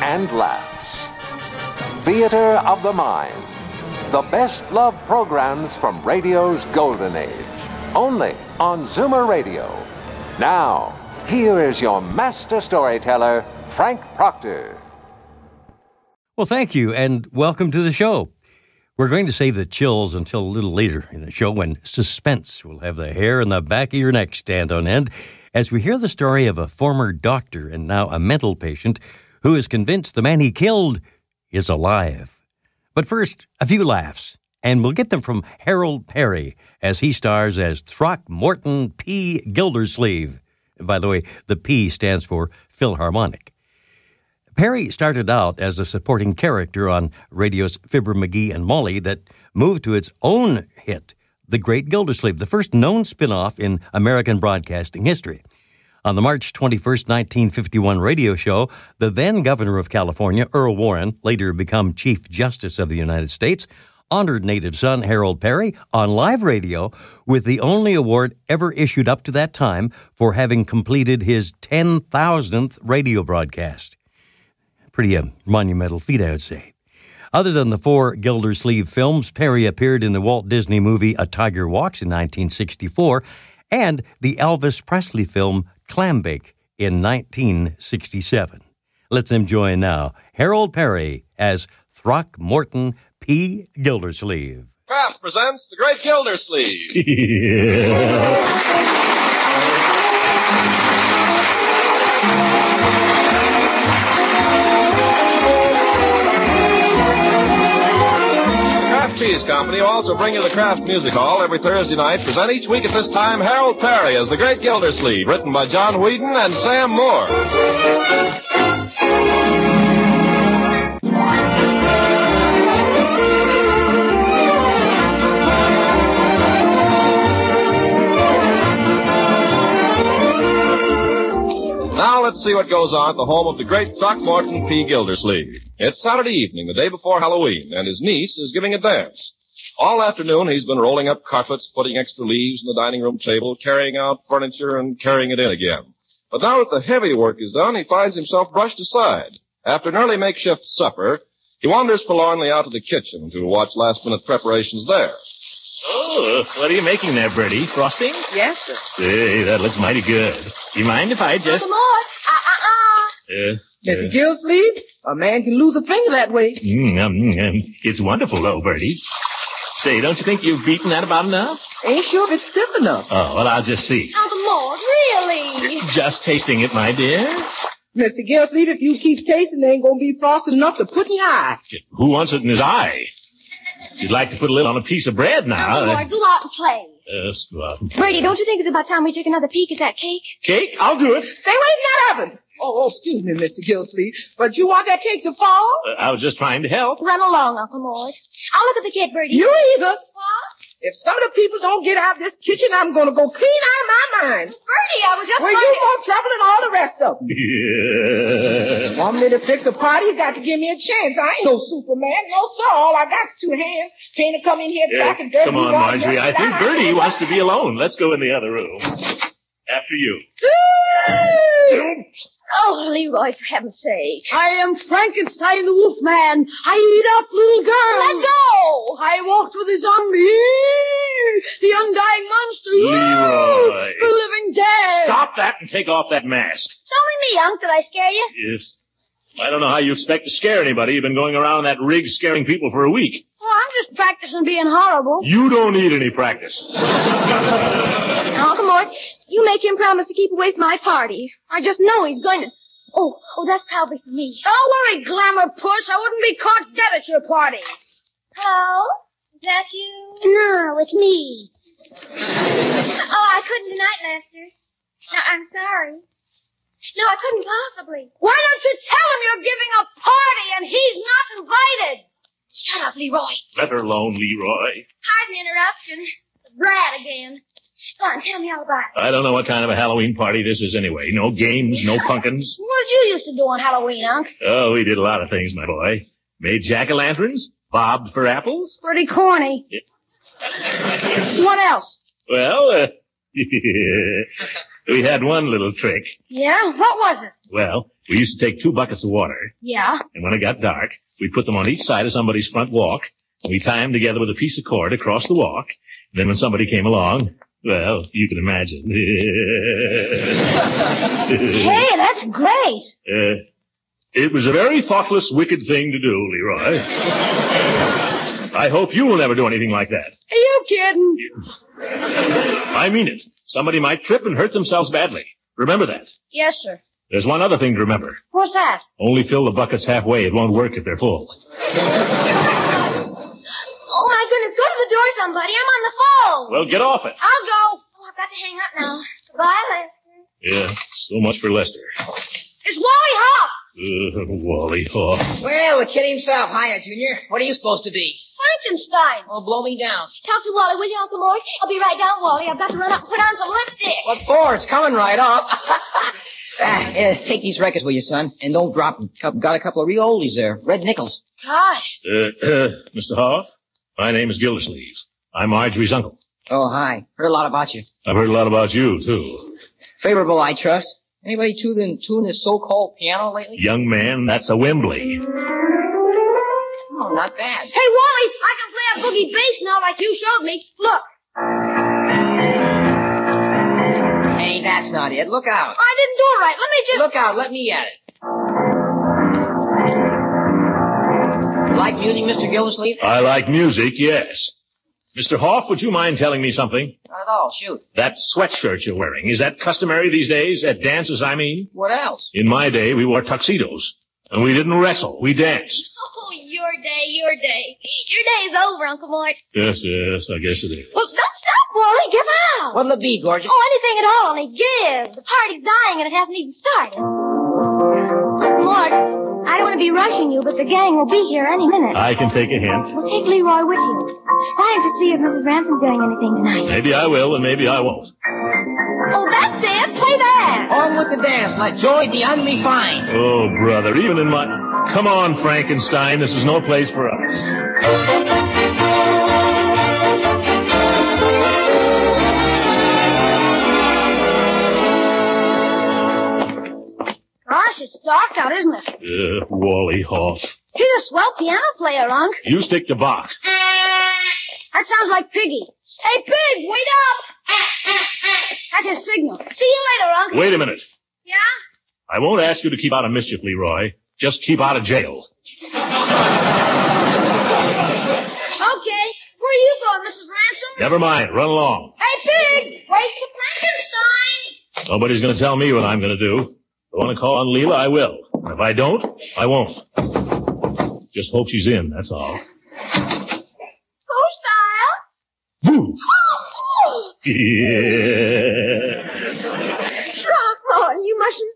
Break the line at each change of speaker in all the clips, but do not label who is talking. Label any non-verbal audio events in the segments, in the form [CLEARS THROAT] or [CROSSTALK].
and laughs. Theater of the Mind. The best love programs from radio's golden age. Only on Zoomer Radio. Now, here is your master storyteller, Frank Proctor.
Well, thank you, and welcome to the show. We're going to save the chills until a little later in the show when suspense will have the hair on the back of your neck stand on end as we hear the story of a former doctor and now a mental patient who is convinced the man he killed is alive. But first, a few laughs, and we'll get them from Harold Perry as he stars as Throckmorton P. Gildersleeve. And by the way, the P stands for Philharmonic. Perry started out as a supporting character on radio's Fibber McGee and Molly that moved to its own hit, The Great Gildersleeve, the first known spin-off in American broadcasting history. On the March 21, 1951 radio show, the then governor of California, Earl Warren, later become Chief Justice of the United States, honored native son Harold Perry on live radio with the only award ever issued up to that time for having completed his 10,000th radio broadcast pretty uh, monumental feat, I would say. Other than the four Gildersleeve films, Perry appeared in the Walt Disney movie A Tiger Walks in 1964 and the Elvis Presley film Clambake in 1967. Let's enjoy now Harold Perry as Throckmorton P. Gildersleeve.
Kraft presents The Great Gildersleeve. Kraft Cheese Company also bring you the Kraft Music Hall every Thursday night. Present each week at this time Harold Perry as The Great Gildersleeve, written by John Whedon and Sam Moore. Now let's see what goes on at the home of the great Throckmorton P. Gildersleeve. It's Saturday evening, the day before Halloween, and his niece is giving a dance. All afternoon, he's been rolling up carpets, putting extra leaves on the dining room table, carrying out furniture, and carrying it in again. But now that the heavy work is done, he finds himself brushed aside. After an early makeshift supper, he wanders forlornly out to the kitchen to watch last-minute preparations there.
Oh, what are you making there, Bertie? Frosting?
Yes, sir.
Say, that looks mighty good. Do you mind if I just...
Some more. Ah, ah, ah.
Uh,
Mr. Gildersleeve, a man can lose a finger that way.
mm, um, um, it's wonderful, though, Bertie. Say, don't you think you've beaten that about enough?
Ain't sure if it's stiff enough.
Oh, well, I'll just see.
Now the more. Really?
Just tasting it, my dear.
Mr. Gildersleeve, if you keep tasting, there ain't gonna be frosting enough to put in your eye.
Who wants it in his eye? You'd like to put a little on a piece of bread
Now the
now.
more. Go out and play.
Yes, well,
Bertie, don't you think it's about time we take another peek at that cake?
Cake? I'll do it.
Stay away from that oven. Oh, oh, excuse me, Mr. Gildersleeve, but you want that cake to fall?
Uh, I was just trying to help. [LAUGHS]
Run along, Uncle Mort. I'll look at the kid, Bertie.
You either. If some of the people don't get out of this kitchen, I'm gonna go clean out of my mind.
Bertie, I was just
Well, you more trouble than all the rest of them.
Yeah.
Want me to fix a party? You got to give me a chance. I ain't no Superman, no sir. All I got's two hands. Can't come in here
Yeah,
talking dirty.
Come on,
wrong,
Marjorie. I
dirty,
think
dirty.
Bertie wants to be alone. Let's go in the other room. After you.
Oh, Leroy, for heaven's sake.
I am Frankenstein the Wolfman. I eat up little girls.
Let go!
I walked with a zombie. The undying monster.
Leroy.
The living dead.
Stop that and take off that mask.
It's only me, Unc. Did I scare you?
Yes. I don't know how you expect to scare anybody. You've been going around that rig scaring people for a week.
Well, I'm just practicing being horrible.
You don't need any practice.
Now, Uncle Mort, you make him promise to keep away from my party. I just know he's going to... Oh, oh, that's probably for me.
Don't worry, glamour puss. I wouldn't be caught dead at your party.
Hello? Oh, Is that you? No, it's me. oh, I couldn't tonight, Lester. No, I'm sorry. No, I couldn't possibly.
Why don't you tell him you're giving a party and he's not invited?
Shut up, Leroy.
Let her alone, Leroy.
Pardon the interruption. The brat again. Go on, tell me all about it.
I don't know what kind of a Halloween party this is anyway. No games, no pumpkins.
What did you used to do on Halloween, Unc?
Oh, we did a lot of things, my boy. Made jack-o'-lanterns, bobbed for apples.
Pretty corny. what else?
Well, uh, [LAUGHS] we had one little trick.
Yeah, what was it?
Well, we used to take two buckets of water,
[LAUGHS]
Yeah.
and when it got dark, we put them on each side of somebody's front walk, and we tied them together with a piece of cord across the walk. Then when somebody came along, well, you can imagine.
Hey, that's great.
[LAUGHS] Uh, it was a very thoughtless, wicked thing to do, Leroy. I hope you will never do anything like that.
Are you kidding?
I mean it. Somebody might trip and hurt themselves badly. Remember that.
Yes, sir.
There's one other thing to remember.
What's that?
Only fill the buckets halfway. It won't work if they're full.
Oh my goodness, go to the door, somebody. I'm on the phone.
Well, get off it.
I'll go. Oh, I've got to hang up now. Goodbye, Lester.
Yeah, so much for Lester.
It's Wally Hop.
Uh, Wally Hawk.
Well, the kid himself. Hiya, Junior. What are you supposed to be?
Frankenstein.
Oh, blow me down.
Talk to Wally, will you, Uncle Mort? I'll be right down, Wally. I've got to run up and put on some lipstick.
What for? Oh, It's coming right off. [LAUGHS] ah, eh, take these records, will you, son? And don't drop them. Cou- Got a couple of real oldies there. Red nickels.
Gosh.
Uh, uh, Mr. Hoff, my name is Gildersleeve. I'm Marjorie's uncle.
Oh, hi. Heard a lot about you.
I've heard a lot about you, too.
Favorable, I trust. Anybody tune, tune this so-called piano lately?
Young man, that's a Wembley.
Oh, not bad.
Hey, Wally, I can play a boogie bass now like you showed me. Look,
Hey, that's not it. Look out.
I didn't do it right. Let me just...
Look out. Let me at it. Like music, Mr. Gildersleeve?
I like music, yes. Mr. Hoff, would you mind telling me something?
Not at all. Shoot.
That sweatshirt you're wearing, is that customary these days? At dances, I mean?
What else?
In my day, we wore tuxedos. And we didn't wrestle. We danced.
Oh, your day, your day. Your day is over, Uncle Mort.
Yes, yes, I guess it is.
Well, don't stop, Wally. Give out.
What'll it be, gorgeous?
Oh, anything at all, only give. The party's dying and it hasn't even started. Uncle Mort, I don't want to be rushing you, but the gang will be here any minute.
I can take a hint.
Well, take Leroy with you. Why don't you see if Mrs. Ransom's doing anything tonight?
Maybe I will, and maybe I won't.
Oh, that's it. Play that.
On with the dance. Let joy be unrefined.
Oh, brother, even in my... Come on, Frankenstein, this is no place for us.
Gosh, it's dark out, isn't it?
Uh, Wally Hoff.
He's a swell piano player, Unc.
You stick to Bach.
That sounds like Piggy. Hey, Pig, wait up! That's his signal. See you later, Unc.
Wait a minute.
Yeah?
I won't ask you to keep out of mischief, Leroy. Just keep out of jail.
Okay. Where are you going, Mrs. Ransom?
Never mind, run along.
Hey, Pig! Wait for Frankenstein!
Nobody's going to tell me what I'm going to do. If I want to call on Leela, I will. And if I don't, I won't. Just hope she's in, that's all.
Cool style.
Move!
Oh,
[LAUGHS] yeah,
Throckmorton, Oh, you mustn't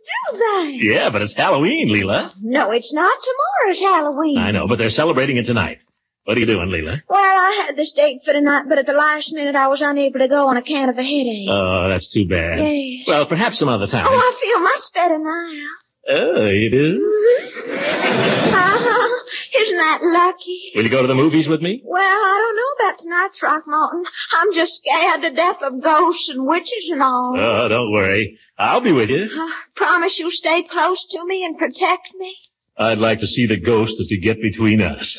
do that.
but it's Halloween, Leela.
No, it's not. Tomorrow's Halloween.
I know, but they're celebrating it tonight. What are you doing, Leela?
Well, I had this date for tonight, but at the last minute I was unable to go on account of a headache.
Oh, that's too bad.
Yes.
Well, perhaps some other time.
oh, I feel much better now.
Oh, you do?
Uh-huh. Isn't that lucky?
Will you go to the movies with me?
Well, I don't know about tonight, Throckmorton. I'm just scared to death of ghosts and witches and all.
Oh, don't worry. I'll be with you.
Uh, promise you'll stay close to me and protect me.
I'd like to see the ghost that could get between us.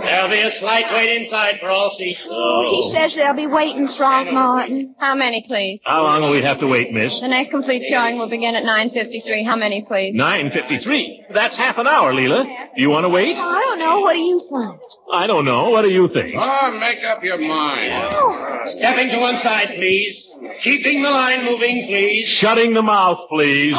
There'll be a slight wait inside for all seats.
He says they'll be waiting, Throckmorton.
How many, please?
How long will we have to wait, miss?
The next complete showing will begin at 9.53. How many, please?
9.53. That's half an hour, Leela. Do you want to wait?
I don't know. What do you think?
I don't know. What do you think?
Oh, make up your mind.
Oh.
Stepping to one side, please. Keeping the line moving, please.
Shutting the mouth, please.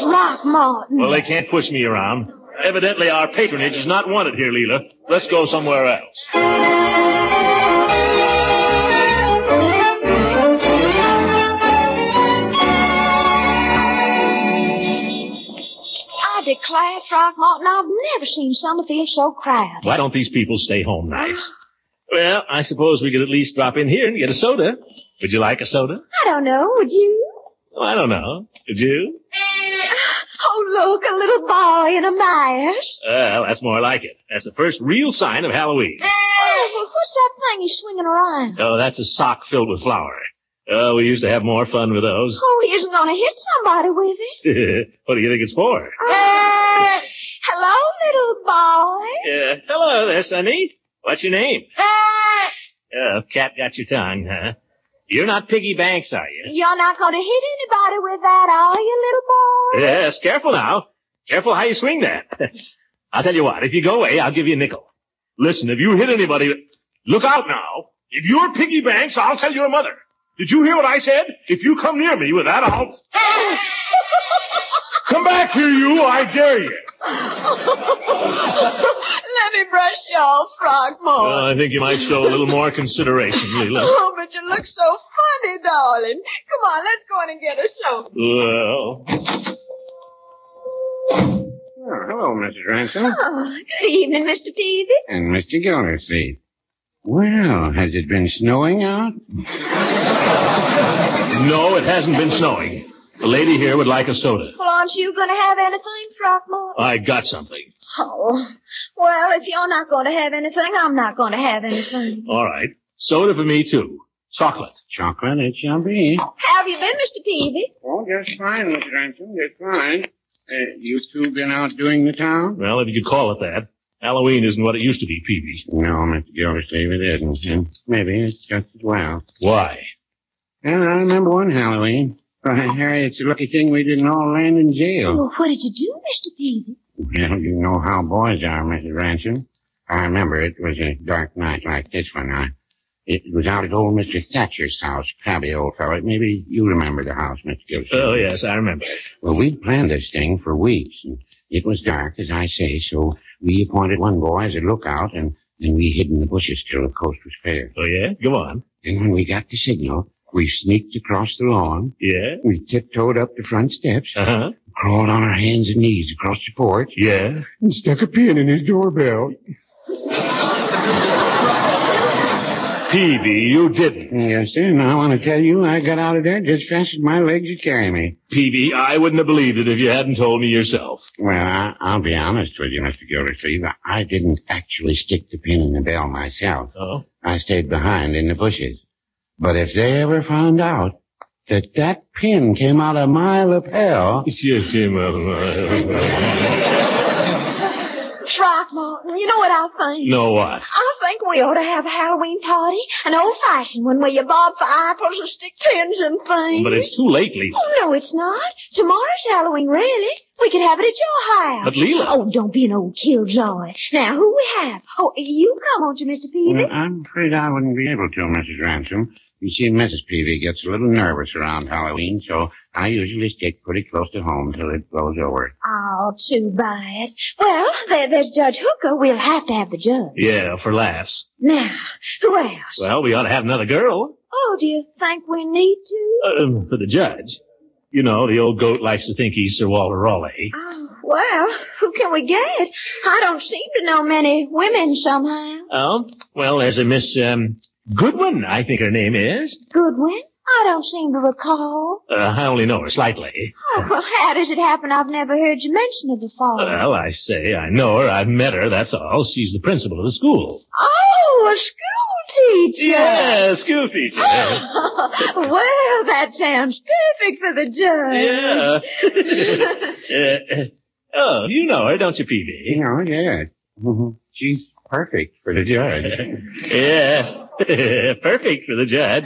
Throckmorton.
Well, they can't push me around. Evidently, our patronage is not wanted here, Leela. Let's go somewhere else.
I declare, Throckmorton, I've never seen Summerfield so crowded.
Why don't these people stay home nights? Well, I suppose we could at least drop in here and get a soda. Would you like a soda?
I don't know, would you?
Oh, I don't know. Would you?
Oh, look, a little boy in a mask.
Well, that's more like it. That's the first real sign of Halloween.
Oh, well, what's that thing he's swinging around?
Oh, that's a sock filled with flour. Oh, we used to have more fun with those. [LAUGHS]
Oh, he isn't going to hit somebody with it.
what do you think it's for?
Uh, hello, little boy.
Uh, hello there, Sonny. What's your name? Oh, cat got your tongue, huh? You're not Piggy Banks, are you?
You're not going to hit anybody with that, are you, little boy?
Yes, careful now. Careful how you swing that. [LAUGHS] I'll tell you what, if you go away, I'll give you a nickel. Listen, if you hit anybody, look out now. If you're Piggy Banks, I'll tell your mother. Did you hear what I said? If you come near me with that, I'll... [LAUGHS] come back here, you, I dare you.
[LAUGHS]
Let me brush you off, Throckmorton.
I think you might show a little more consideration,
[LAUGHS]
Leela.
Oh, but you look so funny, darling. Come on, let's go in and get a show.
Well,
Oh, hello, Mrs. Ransom.
Oh, good evening, Mr. Peavy.
And Mr. Gildersleeve. Well, has it been snowing out?
no, it hasn't been snowing. The lady here would like a soda.
Well, aren't you going to have anything, Throckmorton?
I got something.
Oh, well, if you're not going to have anything, I'm not going to have anything.
All right. Soda for me, too. Chocolate.
Chocolate, it shall be.
How have you been, Mr. Peavy?
Oh, just fine, Mrs. Ransom, just fine. Uh, you two been out doing the town?
Well, if you could call it that. Halloween isn't what it used to be, Peavy.
No, Mr. Gildersleeve, it isn't. And maybe it's just as well.
Why?
And I remember one Halloween. Why, Harry, it's a lucky thing we didn't all land in jail.
Well, what did you do, Mr. Peavy?
Well, you know how boys are, Mrs. Ransom. I remember it was a dark night like this one. I, it was out at old Mr. Thatcher's house, Pabby, old fellow. Maybe you remember the house, Mr. Gildersleeve.
Oh, yes, I remember.
Well, we'd planned this thing for weeks, and it was dark, as I say, so we appointed one boy as a lookout, and then we hid in the bushes till the coast was fair.
Oh, yeah? Go on.
And when we got the signal, we sneaked across the lawn.
Yeah?
We tiptoed up the front steps,
Uh-huh.
crawled on our hands and knees across the porch,
Yeah?
and stuck a pin in his doorbell.
Peavy, you didn't.
Yes, sir, and I want to tell you, I got out of there just as fast as my legs would carry me.
Peavy, I wouldn't have believed it if you hadn't told me yourself.
Well, I, I'll be honest with you, Mr. Gildersleeve. I didn't actually stick the pin in the bell myself.
Oh?
I stayed behind in the bushes. But if they ever found out that that pin came out a mile of hell,
Yes,
Throckmorton, you know what I think?
No, what?
I think we ought to have a Halloween party, an old-fashioned one where you bob for apples and stick pins and things.
But it's too late, Leela.
Oh, no, it's not. Tomorrow's Halloween, really. We could have it at your house.
But, Leela-
Oh, don't be an old killjoy. Now, who we have? Oh, you come, won't you, Mr. Peavy?
Well, I'm afraid Mm, I wouldn't be able to, Mrs. Ransom. You see, Mrs. Peavy gets a little nervous around Halloween, so I usually stick pretty close to home till it blows over.
Oh, too bad. Well, there, there's Judge Hooker. We'll have to have the judge.
Yeah, for laughs.
Now, who else?
Well, we ought to have another girl.
Oh, do you think we need to?
Um, for the judge. You know, the old goat likes to think he's Sir Walter Raleigh.
Oh, well, who can we get? I don't seem to know many women somehow.
Oh? Well, there's a Miss, um, Goodwin, I think her name is.
Goodwin? I don't seem to recall.
Uh, I only know her slightly.
Oh, well, how does it happen I've never heard you mention her before?
Well, I say, I know her. I've met her, that's all. She's the principal of the school.
Oh, a school teacher.
Yeah, school teacher.
[LAUGHS]
Oh.
well, that sounds perfect for the
Yeah.
judge.
Uh, oh, you know her, don't you, Peavy?
You know, yes. Mhm. Oh, She's perfect for the judge.
[LAUGHS] Yes. Perfect for the judge.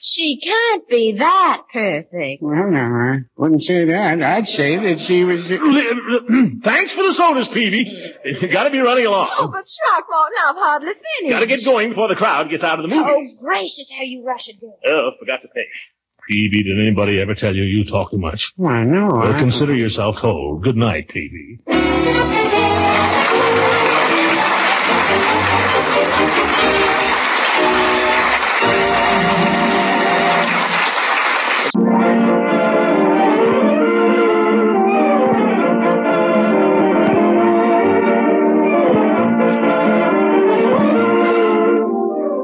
she can't be that perfect.
well, no, I wouldn't say that. I'd say that she was...
[CLEARS THROAT] Thanks for the sodas, Peavy. Gotta be running
Oh,
along.
but Throckmorton, I've hardly finished.
Gotta get going before the crowd gets out of the
Oh,
movies.
gracious, how you rush a girl.
Oh, forgot to pay. Peavy, did anybody ever tell you you talk too much?
Why, no.
Well,
I-
consider yourself told. Good night, Peavy.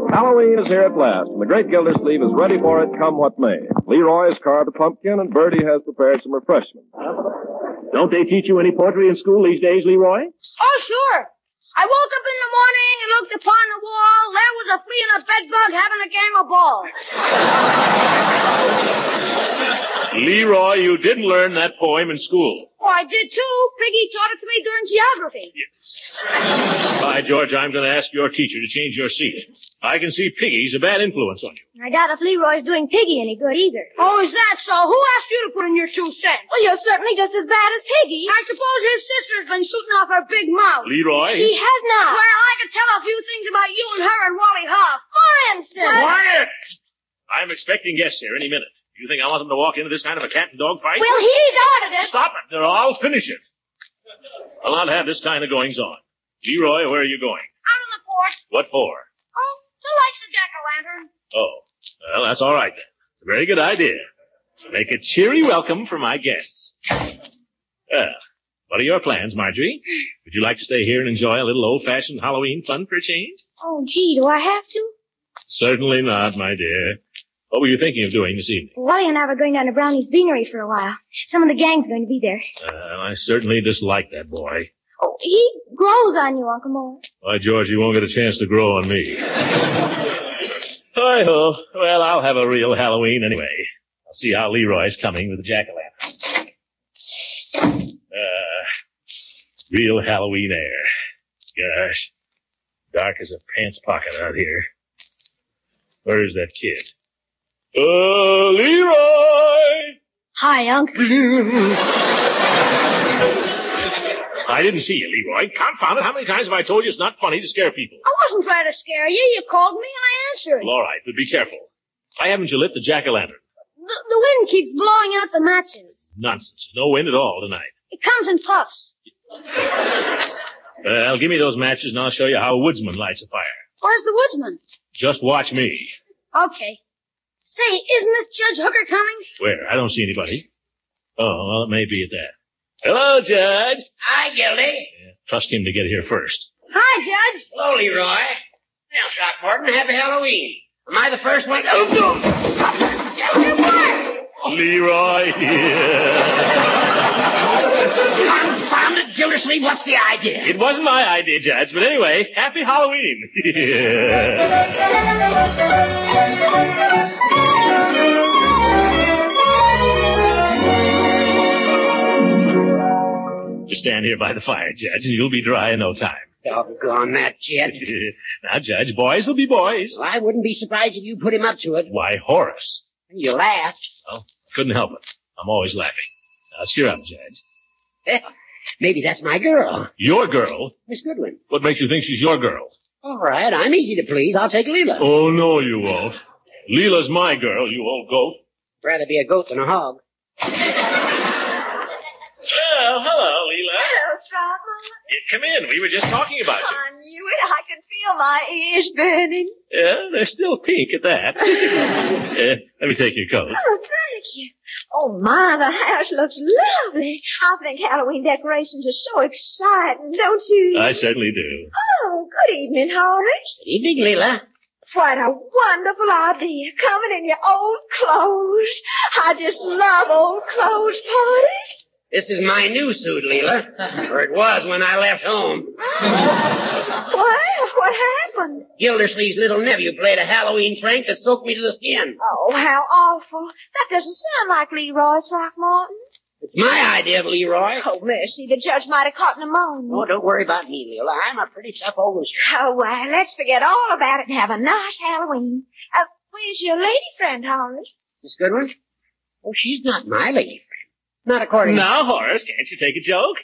Halloween is here at last, and the great Gildersleeve is ready for it come what may. Leroy has carved a pumpkin, and Bertie has prepared some refreshments.
Don't they teach you any poetry in school these days, Leroy?
Oh, sure. I woke up in the morning and looked upon the wall. There was a flea and a bedbug having a gang of balls.
Leroy, you didn't learn that poem in school.
Oh, I did too. Piggy taught it to me during geography.
By George, I'm going to ask your teacher to change your seat. I can see Piggy's a bad influence on you.
I doubt if Leroy's doing Piggy any good either.
Oh, is that so? Who asked you to put in your two cents?
Well, you're certainly just as bad as Piggy.
I suppose his sister's been shooting off her big mouth.
Leroy? She
has not.
Well, I could tell a few things about you and her and Wally Hoff. For instance.
Quiet! I'm expecting guests here any minute. You think I want them to walk into this kind of a cat and dog fight?
Well, he's ordered it.
Stop it, or I'll finish it. I'll not have this kind of goings on. Leroy, where are you going?
Out on the porch.
What for?
Oh, to light the jack-o'-lantern.
Oh, well, that's all right then. It's a very good idea. Make a cheery welcome for my guests. Well, what are your plans, Marjorie? Would you like to stay here and enjoy a little old-fashioned Halloween fun for a change?
Oh, gee, do I have to?
Certainly not, my dear. What were you thinking of doing this evening?
Wally and I were going down to Brownie's Beanery for a while. Some of the gang's going to be there.
Uh, I certainly dislike that boy.
Oh, he grows on you, Uncle Mort.
Why, George, you won't get a chance to grow on me. Hi ho. Well, I'll have a real Halloween anyway. I'll see how Leroy's coming with the jack o' lantern. Uh, real Halloween air. Gosh. Dark as a pants pocket out here. Where is that kid? Oh, Leroy!
Hi, [LAUGHS] Unc.
I didn't see you, Leroy. Confound it. How many times have I told you it's not funny to scare people?
I wasn't trying to scare you. You called me and I answered.
Well, all right, but be careful. Why haven't you lit the jack o' lantern?
The, the wind keeps blowing out the matches.
Nonsense. There's no wind at all tonight.
It comes in puffs.
Well, give me those matches and I'll show you how a woodsman lights a fire.
Where's the woodsman?
Just watch me.
Okay. Say, isn't this Judge Hooker coming?
Where? I don't see anybody. Oh, well, it may be at that. Hello, Judge.
Hi, Gildy.
Trust him to get here first.
Hi, Judge. Hello, Leroy. Now, Throckmorton, happy Halloween. Am I the first one? Oh, no. It works.
Leroy
Confound it, Gildersleeve. What's the idea?
It wasn't my idea, Judge, but anyway,
[LAUGHS]
happy Halloween. Just stand here by the fire, Judge, and you'll be dry in no time.
Doggone that kid.
[LAUGHS] now, Judge, boys will be boys.
Well, I wouldn't be surprised if you put him up to it.
Why, Horace.
You laughed. [LAUGHS]
Couldn't help it. I'm always laughing. Now, cheer up, Judge.
Eh, Maybe that's my girl,
Your girl?
Miss Goodwin.
What makes you think she's your girl?
All right, I'm easy to please. I'll take Leela.
Oh, no, you won't. Leela's my girl, you old goat.
Rather be a goat than a hog.
Well, hello, Leela.
Hello, Throckmorton.
Come in. We were just talking about you.
I knew it. I can feel my ears burning.
Yeah, they're still pink at that. Uh, let me take your coat.
Oh, thank you. Oh, my, the house looks lovely. I think Halloween decorations are so exciting, don't you?
I certainly do.
Oh, good evening, Horace.
Good evening, Leela.
What a wonderful idea, coming in your old clothes. I just love old clothes parties.
This is my new suit, [LAUGHS] Leela. Or it was when I left home.
Well, what happened?
Gildersleeve's little nephew played a Halloween prank that soaked me to the skin.
Oh, how awful. That doesn't sound like Leroy Throckmorton.
It's my idea of Leroy.
Oh, mercy, the judge might have caught pneumonia.
Oh, don't worry about me, Leela. I'm a pretty tough old sh-
Oh, well, let's forget all about it and have a nice Halloween. Uh, where's your lady friend, Horace?
Miss Goodwin? Oh, she's not my lady friend. Not [LAUGHS] according to...
Now, Horace, can't you take a joke?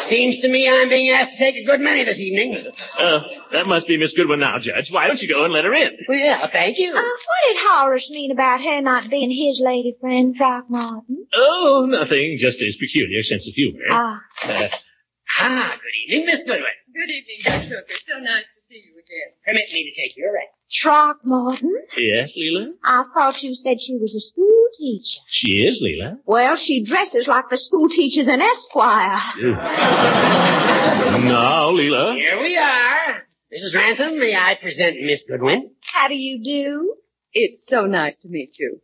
Seems to me I'm being asked to take a good many this evening.
[LAUGHS] Uh, that must be Miss Goodwin now, Judge. Why don't you go and let her in?
Well, yeah, thank you.
Uh, what did Horace mean about her not being his lady friend, Throckmorton?
Oh, nothing. Just his peculiar sense of humor.
Ah.
Uh,
Ah, good evening, Miss Goodwin.
Good evening, Judge Hooker. So nice to see you again.
Permit me to take your right.
Throckmorton,
yes, Leela?
I thought you said she was a school teacher.
She is, Leela.
Well, she dresses like the school teachers in Esquire.
No, Leela.
Here we are. Mrs. Ransom, may I present Miss Goodwin?
How do you do?
It's so nice to meet you.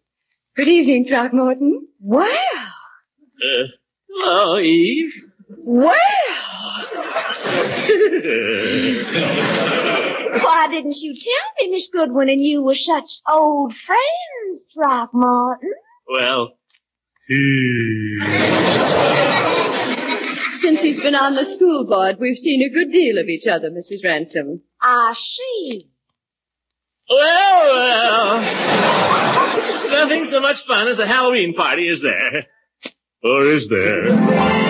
Good evening, Throckmorton.
Well,
Uh, hello, Eve. [LAUGHS]
well. Why didn't you tell me, Miss Goodwin, and you were such old friends, Throckmorton?
well,
Since he's been on the school board, we've seen a good deal of each other, Mrs. Ransom.
I see.
Well, well. Nothing so much fun as a Halloween party, is there? Or is there?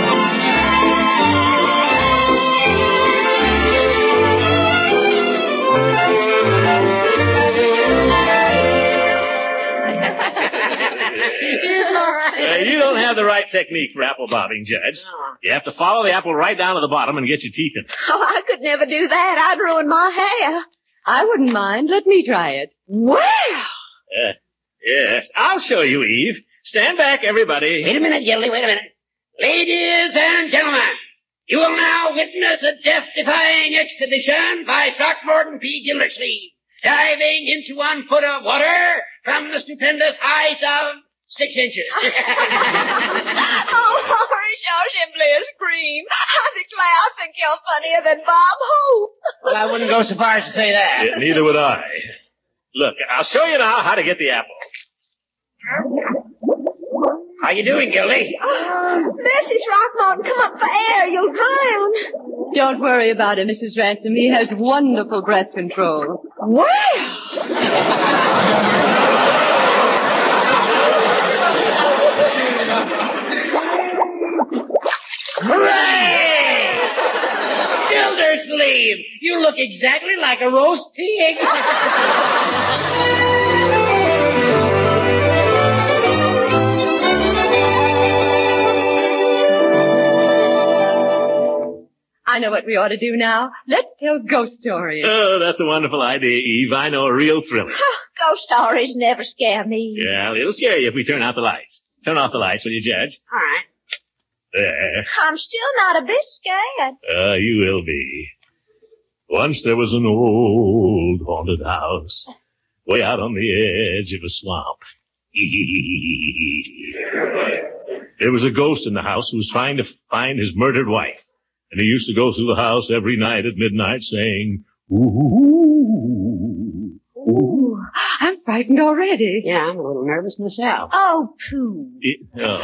it's all right.
Uh, you don't have the right technique for apple bobbing, Judge. You have to follow the apple right down to the bottom and get your teeth in it.
Oh, I could never do that. I'd ruin my hair.
I wouldn't mind. Let me try it.
Well,
Uh, yes, I'll show you, Eve. Stand back, everybody.
Wait a minute, Gildy, wait a minute. Ladies and gentlemen, you will now witness a death-defying exhibition by Throckmorton P. Gildersleeve, diving into one foot of water from the stupendous height of six inches. [LAUGHS]
oh, [LAUGHS] Horace, you're simply a scream. I declare I think you're funnier than Bob Hope.
well, I wouldn't go so far as to say that.
Yeah, neither would I. Look, I'll show you now how to get the apple.
How you doing, Gildy?
Ah.
Mrs. Rockmorton, come up for air. You'll drown.
Don't worry about it, Mrs. Ransom. He has wonderful breath control.
Well,
Hooray! [LAUGHS] Gildersleeve, you look exactly like a roast pig. [LAUGHS]
I know what we ought to do now. Let's tell ghost stories.
Oh, that's a wonderful idea, Eve. I know a real thriller.
ghost stories never scare me.
Yeah, it'll scare you if we turn out the lights. Turn off the lights, will you, Judge?
All right.
There.
I'm still not a bit scared.
Uh, you will be. Once there was an old haunted house way out on the edge of a swamp. [LAUGHS] there was a ghost in the house who was trying to find his murdered wife. And he used to go through the house every night at midnight saying, Ooh.
Ooh, I'm frightened already.
Yeah, I'm a little nervous myself.
Oh, pooh.
It- oh.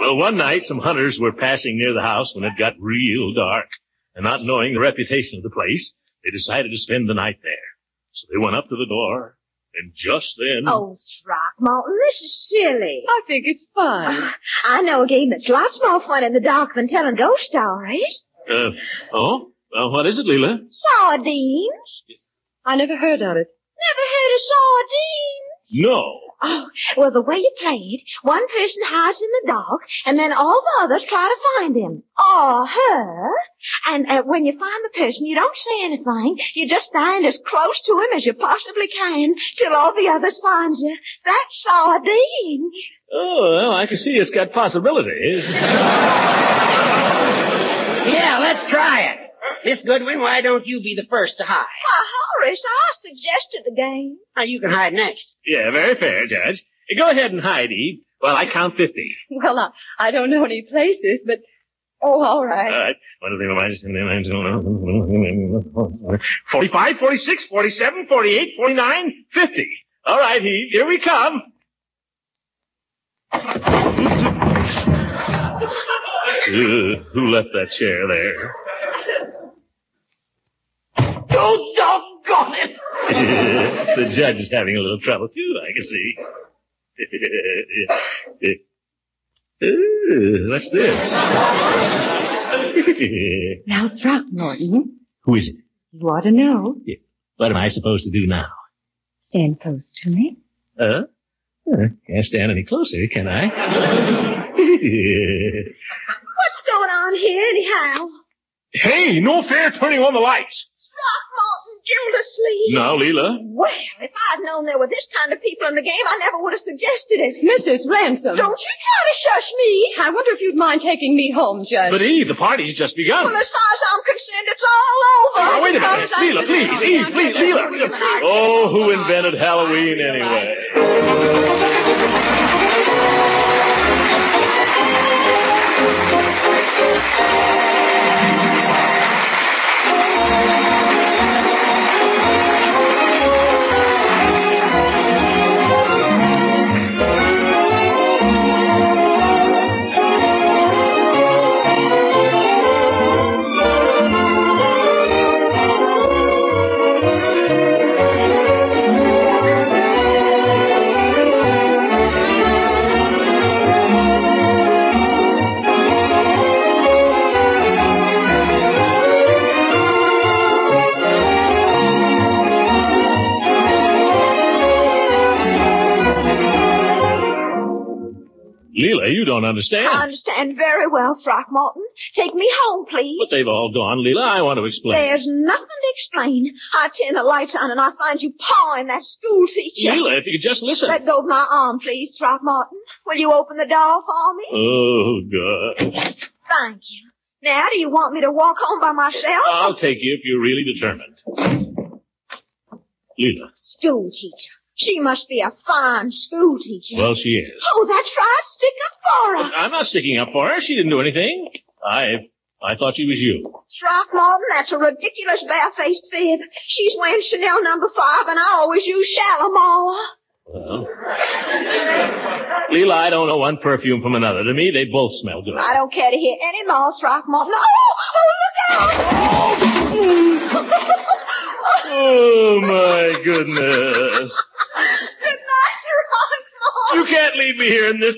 well, one night some hunters were passing near the house when it got real dark, and not knowing the reputation of the place, they decided to spend the night there. So they went up to the door, and just then,
Oh, Throckmorton, this is silly. Ah,
I think it's fun.
I know a game that's lots more fun in the dark than telling ghost stories.
uh, oh, well, what is it, Leela?
Sardines?
I never heard of it.
Never heard of sardines?
No.
Oh, well, the way you play it, one person hides in the dark, and then all the others try to find him. Or her. And uh, when you find the person, you don't say anything. You just stand as close to him as you possibly can till all the others find you. That's sardines.
Oh, well, I can see it's got possibilities.
Yeah, let's try it. Miss Goodwin, why don't you be the first to hide?
Why, Horace, I suggested the game.
Now you can hide next.
yeah, very fair, Judge. Go ahead and hide, Eve. Well, I count fifty.
Well, I, I don't know any places, but oh, all
All
right.
right. One of the 45, 46, 47, 48, 49, 50. All right, Heath, here we come. Uh, who left that chair there?
Oh, doggone it!
the judge is having a little trouble, too, I can see. Ooh, what's this?
Now, Throckmorton,
[LAUGHS] Who is it?
you ought to know.
What am I supposed to do now?
Stand close to me.
Huh? Huh, Can't stand any closer, can I? [LAUGHS]
What's going on here anyhow?
hey, no fair turning on the lights.
Throckmorton Gildersleeve.
Now, Leela.
Well, if I'd known there were this kind of people in the game, I never would have suggested it.
Mrs. Ransom.
Don't you try to shush me.
I wonder if you'd mind taking me home, Judge.
But Eve, the party's just begun.
Well, as far as I'm concerned, it's all over.
Now, wait a minute. Leela, please. Eve, please. Leela. Oh, who invented Halloween anyway? Leela, you don't
I
understand.
understand very well, Throckmorton. Take me home, please.
But they've all gone, Leela. I want to explain.
There's nothing to explain. I turn the lights on and I find you pawing that school teacher.
Leela, if you could just listen.
Let go of my arm, please, Throckmorton. Will you open the door for me?
Oh, God.
Thank you. Now, do you want me to walk home by myself?
I'll take you if you're really determined. Leela.
School teacher. She must be a fine school teacher.
Well, she is.
Oh, that's right. Stick up for her.
I'm not sticking up for her. She didn't do anything. I, I thought she was you.
Throckmorton, that's a ridiculous barefaced fib. She's wearing Chanel number five, and I always use Shalimar.
Leela, I don't know one perfume from another. To me, they both smell good.
I don't care to hear any more, Throckmorton. Oh, oh, look out!
Oh, my goodness. You can't leave me here in this.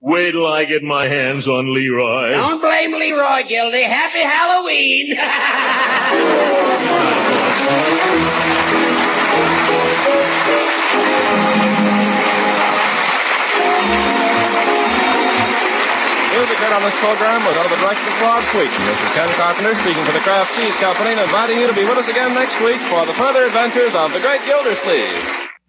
Wait till I get my hands on Leroy.
Don't blame Leroy Gildy. Happy
[LAUGHS]
Halloween.
Music heard on this program was under the direction of Rod Sweeten. This is Ken Carpenter speaking for the Kraft Cheese Company and inviting you to be with us again next week for the further adventures of the Great Gildersleeve.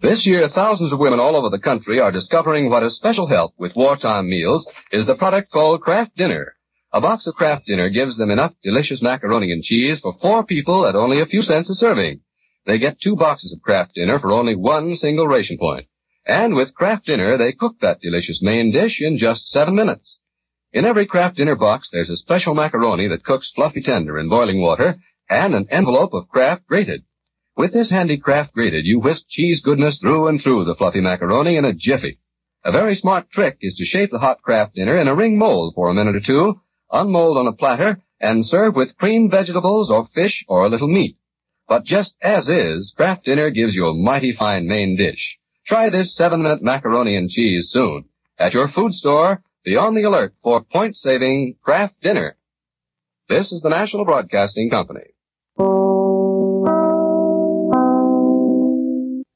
This year, thousands of women all over the country are discovering what has special help with wartime meals is the product called Kraft Dinner. A box of Kraft Dinner gives them enough delicious macaroni and cheese for four people at only a few cents a serving. They get two boxes of Kraft Dinner for only one single ration point. And with Kraft Dinner, they cook that delicious main dish in just seven minutes. In every Kraft Dinner box, there's a special macaroni that cooks fluffy tender in boiling water and an envelope of Kraft grated. With this handy Kraft grated, you whisk cheese goodness through and through the fluffy macaroni in a jiffy. A very smart trick is to shape the hot Kraft dinner in a ring mold for a minute or two, unmold on a platter, and serve with creamed vegetables or fish or a little meat. But just as is, Kraft dinner gives you a mighty fine main dish. Try this seven-minute macaroni and cheese soon. At your food store, be on the alert for point-saving Kraft dinner. This is the National Broadcasting Company.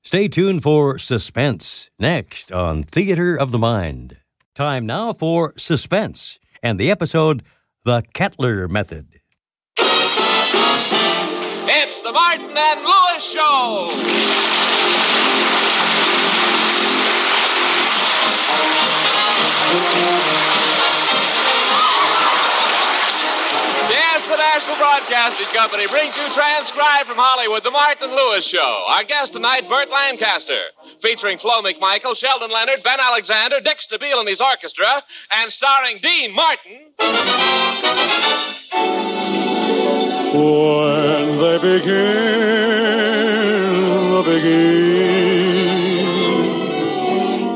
Stay tuned for Suspense next on Theater of the Mind. Time now for Suspense and the episode The Kettler Method.
It's the Martin and Lewis Show.
Yes, the National Broadcasting Company brings you transcribed from Hollywood, The Martin Lewis Show. Our guest tonight, Burt Lancaster, featuring Flo McMichael, Sheldon Leonard, Ben Alexander, Dick Stabile and his orchestra, and starring Dean Martin.
When they begin the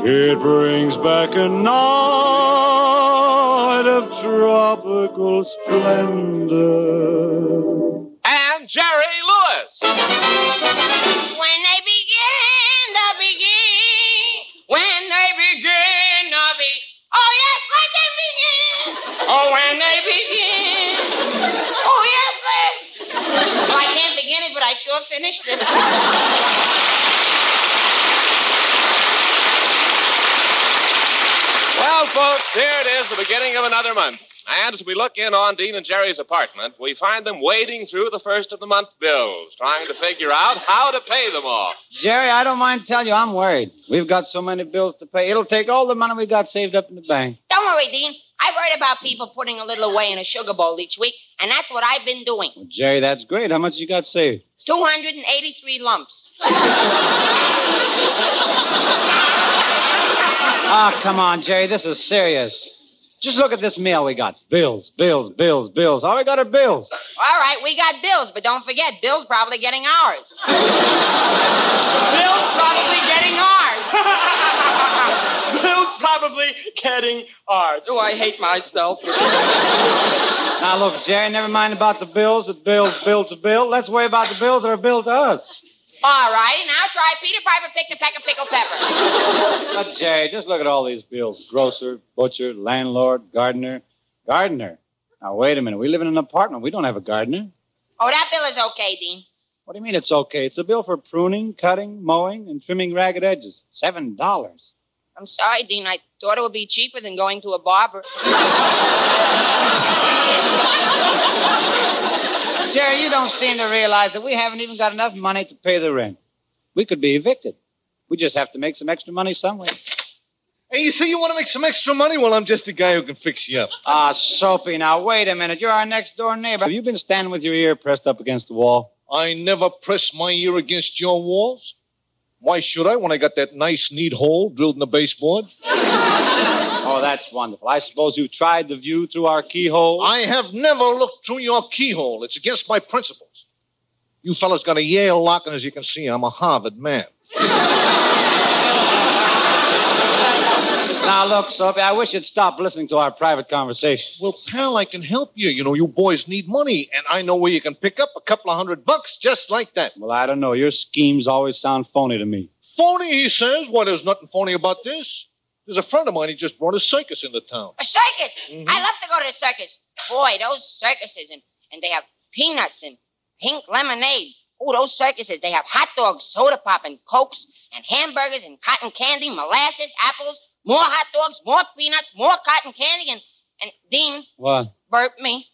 beginning, it brings back a night of tropical splendor.
And Jerry Lewis.
When they begin to begin, when they begin to be, oh yes, let them
Oh,
Oh, tasted.
Well, folks, here it is, the beginning of another month. And as we look in on Dean and Jerry's apartment, we find them wading through the first of the month bills, trying to figure out how to pay them all.
Jerry, I don't mind telling you, I'm worried. We've got so many bills to pay. It'll take all the money we got saved up in the bank.
Don't worry, Dean. I've heard about people putting a little away in a sugar bowl each week, and that's what I've been doing.
Jerry, that's great. How much you got saved?
283 lumps.
Ah, come on, Jerry. This is serious. Just look at this mail we got. Bills, bills, bills, bills. All we got are bills.
All right, we got bills, but don't forget, Bill's probably getting ours. Bill's probably getting ours.
Bill's probably getting ours. Oh, I hate myself.
Now, look, Jerry, never mind about the bills. The bills, bills, a bill. Let's worry about the bills that are billed to us.
[LAUGHS] All righty, now try Peter Piper picked a peck of pickled pepper.
But, Jerry, just look at all these bills grocer, butcher, landlord, gardener. Gardener? Now, wait a minute. We live in an apartment. We don't have a gardener.
Oh, that bill is okay, Dean.
What do you mean it's okay? It's a bill for pruning, cutting, mowing, and trimming ragged edges. Seven dollars.
I'm sorry, Dean. I thought it would be cheaper than going to a barber.
Jerry, you don't seem to realize that we haven't even got enough money to pay the rent. We could be evicted. We just have to make some extra money somewhere.
Hey, you say you want to make some extra money? Well, I'm just a guy who can fix you up.
Ah, Soapy, now wait a minute. You're our next door neighbor. Have you been standing with your ear pressed up against the wall?
I never press my ear against your walls. Why should I when I got that nice, neat hole drilled in the baseboard?
[LAUGHS] Oh, that's wonderful. I suppose you've tried the view through our keyhole.
I have never looked through your keyhole. It's against my principles. You fellas got a Yale lock, and as you can see, I'm a Harvard man.
Now, look, Soapy, I wish you'd stop listening to our private conversation.
Well, pal, I can help you. You know, you boys need money, and I know where you can pick up a couple of hundred bucks just like that.
Well, I don't know. Your schemes always sound phony to me.
Phony, he says. Why, there's nothing phony about this. There's a friend of mine, he just brought a circus into town.
A circus! I love to go to the circus. Boy, those circuses, and, and they have peanuts and pink lemonade. Oh, those circuses, they have hot dogs, soda pop, and cokes, and hamburgers, and cotton candy, molasses, apples, more hot dogs, more peanuts, more cotton candy, and, and Dean,
What?
burp me.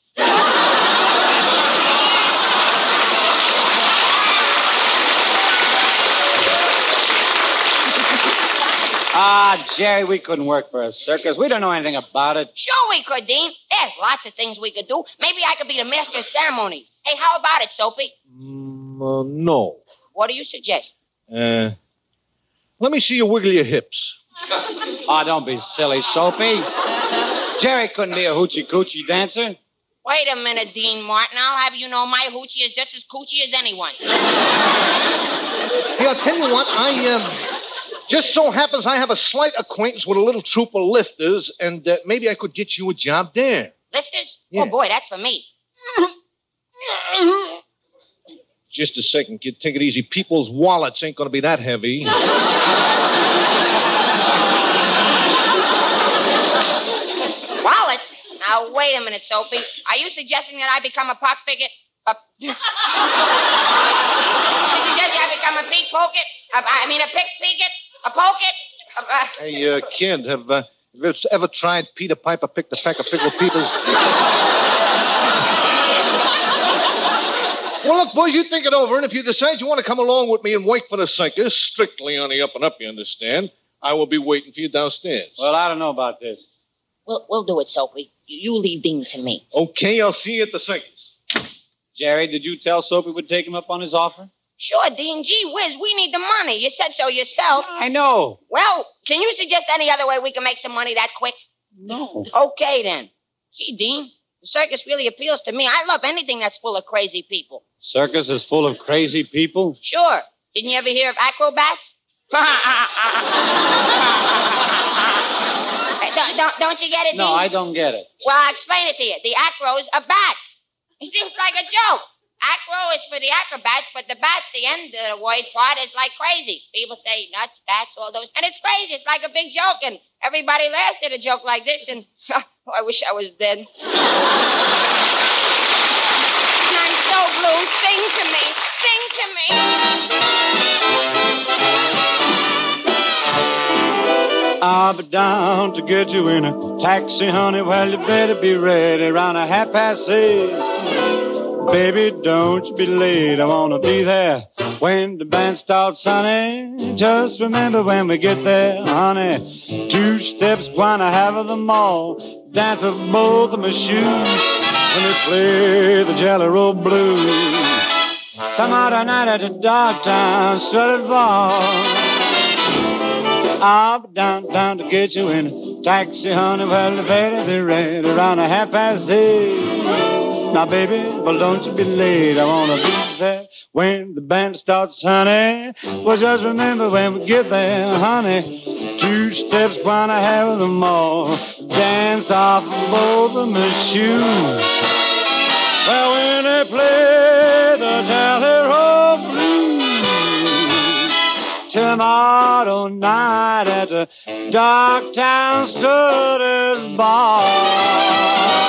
Ah, Jerry, we couldn't work for a circus. We don't know anything about it.
Sure we could, Dean. There's lots of things we could do. Maybe I could be the master of ceremonies. Hey, how about it, Soapy?
Uh, no.
What do you suggest?
Uh, let me see you wiggle your hips.
Ah, don't be silly, Soapy. Jerry couldn't be a hoochie coochie dancer.
Wait a minute, Dean Martin. I'll have you know my hoochie is just as coochie as anyone.
Hey, I'll tell you what, I um, just so happens I have a slight acquaintance with a little troop of lifters, and uh, maybe I could get you a job there.
Lifters?
Yeah.
Oh, boy, that's for me.
Just a second, kid. Take it easy. People's wallets ain't going to be that heavy.
Wallet? Now, wait a minute, Soapy. Are you suggesting that I become a pockpicket? A... you suggest I become a pickpocket? A- I mean, a pickpocket? A pocket? A, a...
hey,
[LAUGHS]
uh, kid, have, uh, have you ever tried Peter Piper picked a sack of pickled peepers? Well, look, boys, you think it over, and if you decide you want to come along with me and work for the circus, strictly on the up and up, you understand, I will be waiting for you downstairs.
Well, I don't know about this.
We'll, we'll do it, Soapy. You, you leave Dean to me.
Okay, I'll see you at the circus.
Jerry, did you tell Soapy would take him up on his offer?
Sure, Dean. Gee whiz, we need the money. You said so yourself.
I know.
Well, can you suggest any other way we can make some money that quick?
No.
Okay, then. Gee, Dean, the circus really appeals to me. I love anything that's full of crazy people.
Circus is full of crazy people.
Sure. Didn't you ever hear of acrobats? [LAUGHS] don't, don't, don't you get it,
No,
Dean?
I don't get it.
Well, I'll explain it to you. The acro's a bat. It seems like a joke. Acro is for the acrobats, but the bat, the end of the word part, is like crazy. People say nuts, bats, all those. And it's crazy. It's like a big joke, and everybody laughs at a joke like this, and [LAUGHS] oh, I wish I was dead. I'm so blue. Sing to me. Sing to me.
I'll be down to get you in a taxi, honey. Well, you better be ready around a half past eight. Baby, don't you be late. I wanna be there when the band starts, honey. Just remember when we get there, honey. Two steps, one, I have of them all. Dance with both of my shoes when they play the Jelly Roll Blues. Tomorrow night at the dog town, strutted ball. I'll be down, down to get you in a taxi, honey. Well, the very, the red around a half past eight. Now, baby, well, don't you be late. I wanna be there when the band starts, honey. Well, just remember when we get there, honey. Two steps, one, I have them all. Dance off over my shoes. Well, when they play the Tally Roll Blues tomorrow night at the Darktown Studders Bar.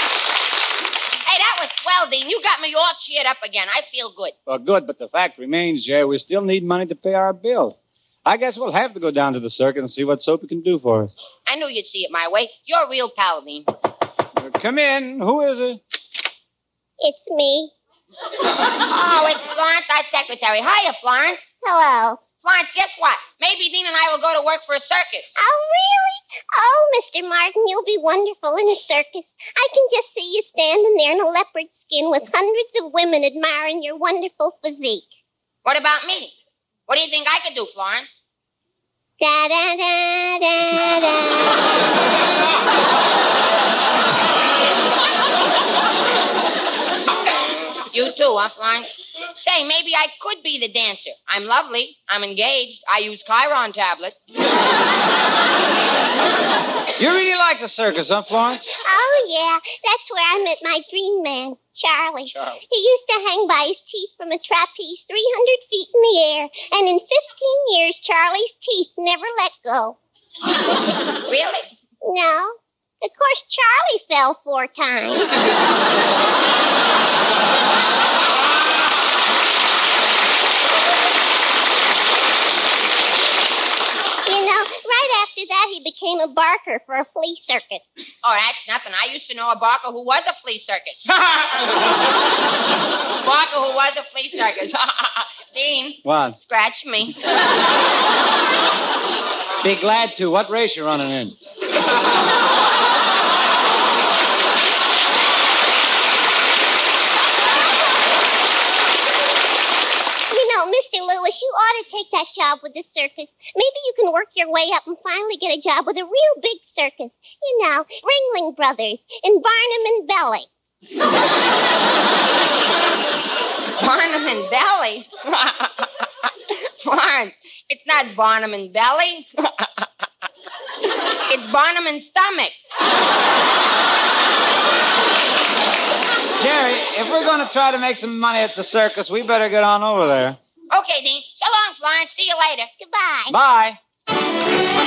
Hey, that was swell, Dean. You got me all cheered up again. I feel good.
Well, good, but the fact remains, Jerry, we still need money to pay our bills. I guess we'll have to go down to the circuit and see what Soapy can do for us.
I knew you'd see it my way. You're a real pal, Dean.
Come in. Who is it?
It's me.
[LAUGHS] Oh, it's Florence, our secretary. Hiya, Florence.
Hello.
Florence, guess what? Maybe Dean and I will go to work for a circus.
Oh, really? Oh, Mr. Martin, you'll be wonderful in a circus. I can just see you standing there in a leopard skin with hundreds of women admiring your wonderful physique.
What about me? What do you think I could do, Florence?
[LAUGHS] Da da da da da.
You too, huh, Florence? Say, maybe I could be the dancer. I'm lovely. I'm engaged. I use Chiron
[LAUGHS]
tablets. Oh,
You really like the circus, huh, Florence?
Oh, yeah. That's where I met my dream man, Charlie.
Charlie.
He used to hang by his teeth from a trapeze 300 feet in the air, and in 15 years, Charlie's teeth never let go.
really?
No. Of course, Charlie fell four times. after that, he became a barker for a flea circus.
Oh, that's nothing. I used to know a barker who was a flea circus. [LAUGHS] barker who was a flea circus. [LAUGHS] Dean.
What? [LAUGHS]
Scratch me.
Be glad to. What race you running in?
Mr. Lewis, you ought to take that job with the circus. Maybe you can work your way up and finally get a job with a real big circus. You know, Ringling Brothers and Barnum and Bailey.
Barnum and
[LAUGHS]
Bailey? Florence, it's not Barnum and Bailey. it's Barnum and Stomach.
Jerry, if we're going to try to make some money at the circus, we better get on over there.
Okay, Dean. So long, Florence. See you later.
Goodbye.
Bye.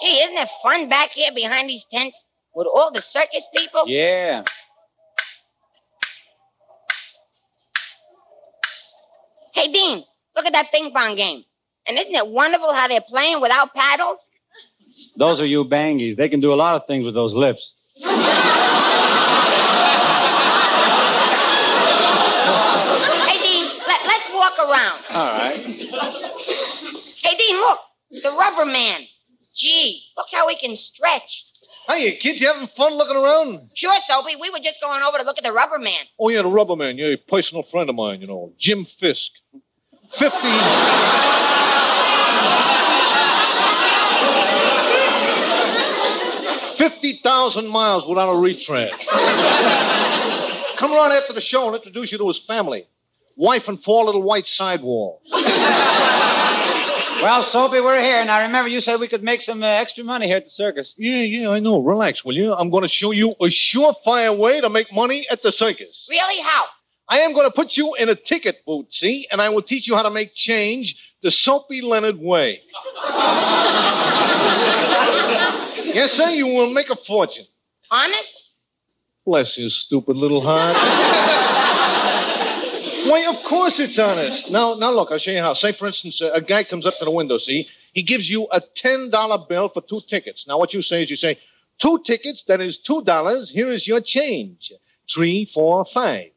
Gee, isn't it fun back here behind these tents with all the circus people?
Yeah.
Hey, Dean, look at that ping pong game. And isn't it wonderful how they're playing without paddles?
Those are you bangies. They can do a lot of things with those lips.
hey, Dean, let, us walk around.
All right.
Hey, Dean, look. The rubber man. Gee, look how he can stretch.
Hey, kids, you having fun looking around?
Sure, Soapy. We were just going over to look at the rubber man.
Oh, yeah, the rubber man. Yeah, a personal friend of mine, you know, Jim Fisk. 50. Fifty thousand miles without a retread. Come around after the show and introduce you to his family. Wife and four little white sidewalls.
Well, Soapy, we're here. Now, remember, you said we could make some uh, extra money here at the circus.
Yeah, yeah, I know. Relax, will you? I'm going to show you a surefire way to make money at the circus.
Really? How? [LAUGHS]
I am going to put you in a ticket booth, see, and I will teach you how to make change the Soapy Leonard way. yes, sir, you will make a fortune.
Honest?
Bless your stupid little heart. Why, of course it's honest. Now, now look, I'll show you how. Say, for instance, a, a guy comes up to the window, see, he gives you a $10 bill for two tickets. Now, what you say is you say, two tickets, that is $2, here is your change. Three, four, five.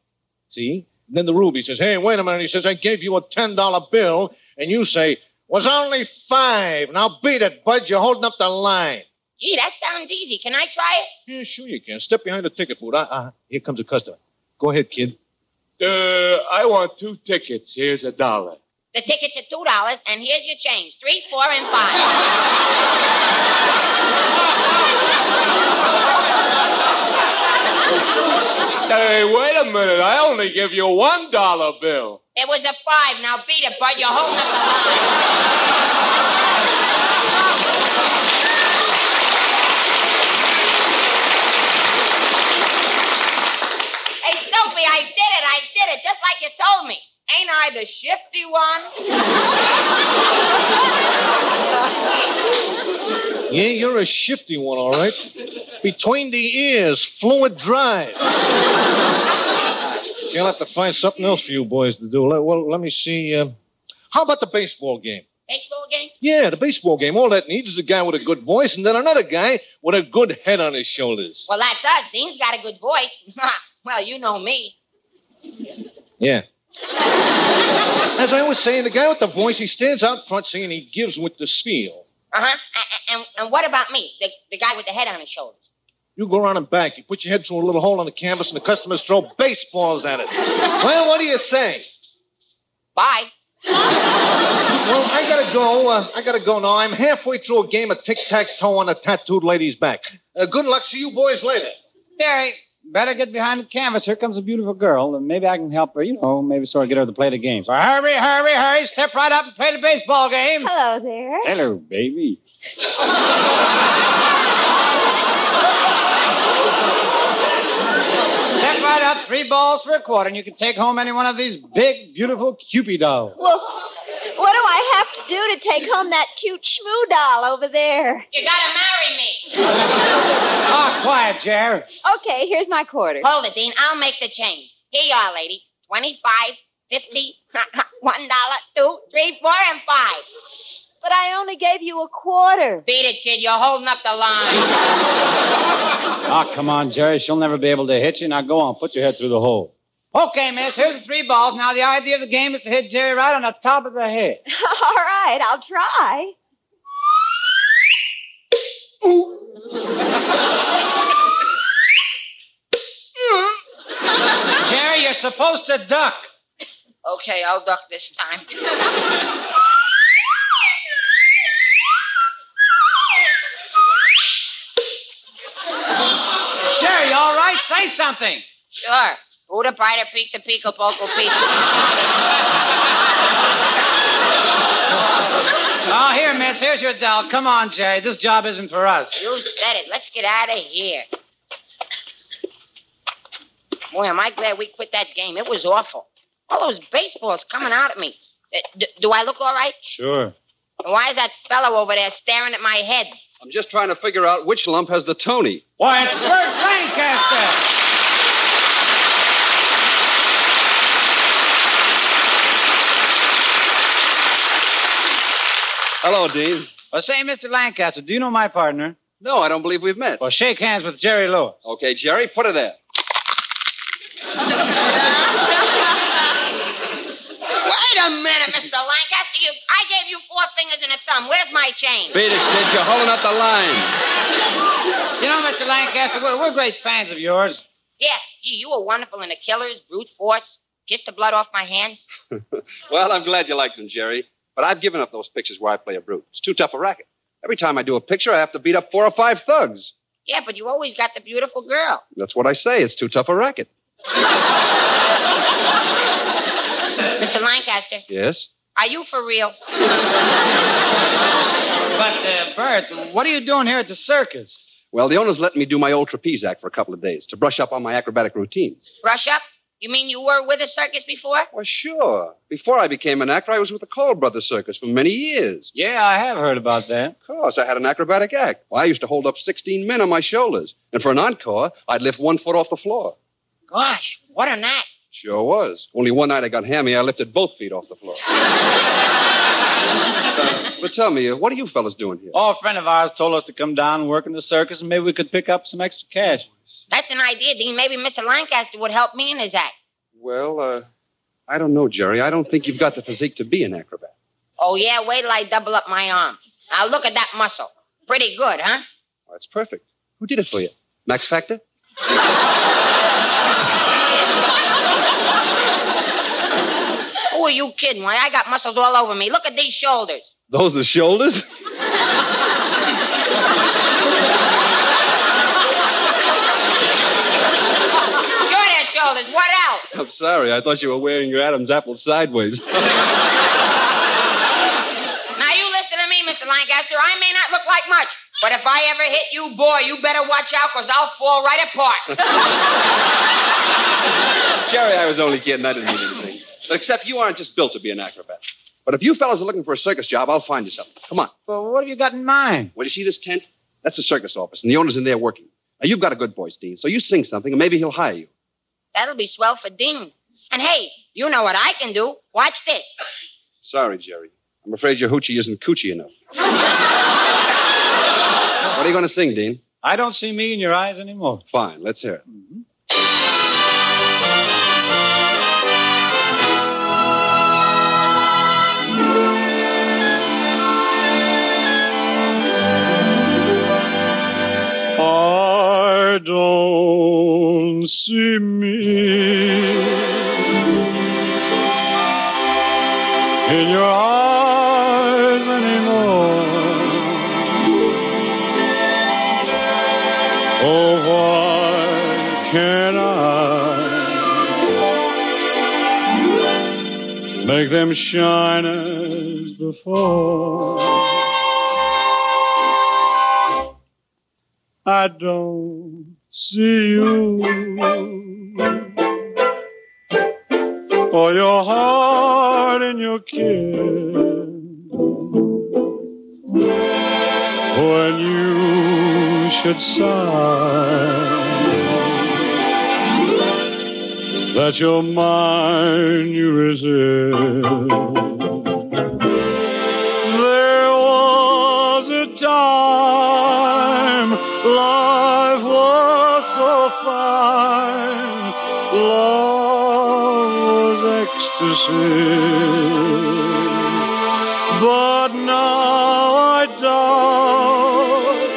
See? Then the Ruby says, hey, wait a minute. He says, I gave you a $10 bill. And you say, was only five. Now beat it, bud. You're holding up the line.
Gee, that sounds easy. Can I try it?
Yeah, sure you can. Step behind the ticket booth. Uh, uh, here comes a customer. Go ahead, kid.
Uh, I want two tickets. Here's a dollar.
The tickets are two dollars, and here's your change: three, four, and
[LAUGHS]
five.
Hey, wait a minute. I only give you a one dollar bill.
It was a five. Now beat it, bud. You're holding up the line. Hey, Snoopy, I did it. I did it, just like you told me. Ain't I the shifty one?
Yeah, you're a shifty one, all right. Between the ears, fluid drive. You'll have to find something else for you boys to do. Let, well, let me see. Uh, how about the baseball game?
Baseball game?
Yeah, the baseball game. All that needs is a guy with a good voice and then another guy with a good head on his shoulders.
Well, that's us. Dean's got a good voice. [LAUGHS] well, you know me.
Yeah. As I was saying, the guy with the voice, he stands out front singing, he gives with the spiel.
Uh huh. And, and what about me? The, the guy with the head on his shoulders.
You go around and back. You put your head through a little hole in the canvas, and the customers throw baseballs at it. well, what do you say?
Bye.
Well, I gotta go. Uh, I gotta go now. I'm halfway through a game of tic tac toe on a tattooed lady's back. Uh, good luck to you boys later.
Gary, better get behind the canvas. Here comes a beautiful girl, and maybe I can help her, you know, maybe sort of get her to play the game. So hurry, hurry, hurry. Step right up and play the baseball game.
Hello there.
Hello, baby. Step right up, three balls for a quarter, and you can take home any one of these big, beautiful Cupid dolls.
[LAUGHS] Well, what do I have to do to take home that cute schmoo doll over there?
You gotta marry me.
Ah, quiet, Jer.
Okay, here's my quarter.
Hold it, Dean. I'll make the change. Here you are, lady. Twenty-five, fifty, [LAUGHS] one dollar, two, three, four, and five.
But I only gave you a quarter.
Beat it, kid. You're holding up the line.
Ah, come on, Jerry. She'll never be able to hit you. Now go on, put your head through the hole. Okay, miss, here's the three balls. Now, the idea of the game is to hit Jerry right on the top of the head.
[LAUGHS] All right, I'll try.
Jerry, you're supposed to duck.
Okay, I'll duck this time.
Jerry, you all right? Say something.
Sure. Uda Bida Peek the Peek Poco Peek.
Oh, here, miss. Here's your doll. Come on, Jerry. This job isn't for us.
You said it. Let's get out of here. Boy, am I glad we quit that game. It was awful. All those baseballs coming out at me. Uh, d- do I look all right?
Sure.
Why is that fellow over there staring at my head?
I'm just trying to figure out which lump has the Tony.
Why, it's Bert Lancaster!
Hello, Dean.
Well, say, Mr. Lancaster, do you know my partner?
No, I don't believe we've met.
Well, shake hands with Jerry Lewis.
Okay, Jerry, put her there.
Wait a minute, Mr. Lancaster. You, I gave you four fingers and a thumb. Where's my chain?
Beat it, kid. You're holding up the line.
You know, Mr. Lancaster, we're, we're great fans of yours.
Yeah, gee, you were wonderful in the killers, brute force. Kiss the blood off my hands.
Well, I'm glad you like them, Jerry. But I've given up those pictures where I play a brute. It's too tough a racket. Every time I do a picture, I have to beat up four or five thugs.
Yeah, but you always got the beautiful girl. [LAUGHS]
That's what I say. It's too tough a racket.
Mr. Lancaster,
Yes?
Are you for real?
But, uh, Bert, what are you doing here at the circus?
Well, the owner's letting me do my old trapeze act for a couple of days to brush up on my acrobatic routines.
Brush up? You mean you were with a circus before?
Well, sure. Before I became an actor, I was with the Cole Brothers Circus for many years.
Yeah, I have heard about that.
Of course, I had an acrobatic act. Well, I used to hold up 16 men on my shoulders. And for an encore, I'd lift one foot off the floor.
Gosh, what a night.
Sure was. Only one night I got hammy, I lifted both feet off the floor. Uh, but tell me, uh, what are you fellas doing here?
Oh, a friend of ours told us to come down and work in the circus, and maybe we could pick up some extra cash.
That's an idea, Dean. Maybe Mr. Lancaster would help me in his act.
Well, uh, I don't know, Jerry. I don't think you've got the physique to be an acrobat.
Oh, yeah, wait till I double up my arm. Now look at that muscle. Pretty good, huh?
Well, that's perfect. Who did it for you? Max Factor?
Who are you kidding? Why, I got muscles all over me. Look at these shoulders.
Those are shoulders?
Sure, their shoulders. What else?
[LAUGHS] I'm sorry. I thought you were wearing your Adam's apple sideways.
Now you listen to me, Mr. Lancaster. I may not look like much, but if I ever hit you, boy, you better watch out, cause I'll fall right apart.
Jerry, I was only kidding. I didn't mean anything. But except you aren't just built to be an acrobat. But if you fellas are looking for a circus job, I'll find you something. Come on.
Well, what have you got in mind?
Well, you see this tent? That's the circus office, and the owner's in there working. Now, you've got a good voice, Dean, so you sing something, and maybe he'll hire you.
That'll be swell for Dean. And hey, you know what I can do. Watch this.
Sorry, Jerry. I'm afraid your hoochie isn't coochie enough. what are you going to sing, Dean?
I don't see me in your eyes anymore.
Fine, let's hear it.
I don't see me in your eyes anymore. Oh, why can't I make them shine as before? I don't see you or your heart in your kiss when you should sigh that your mind you resist. There was a time life was so fine, love was ecstasy. But now I doubt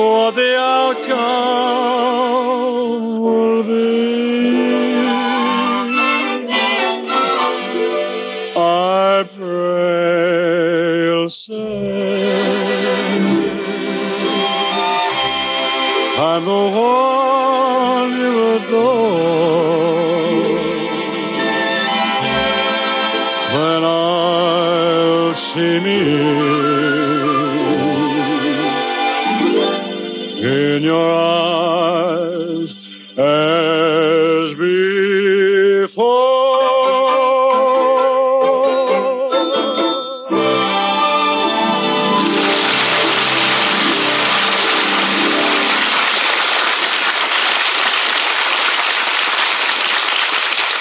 what the outcome will be. I pray you'll say I'm the one you adore. When I'll see me in your eyes as before.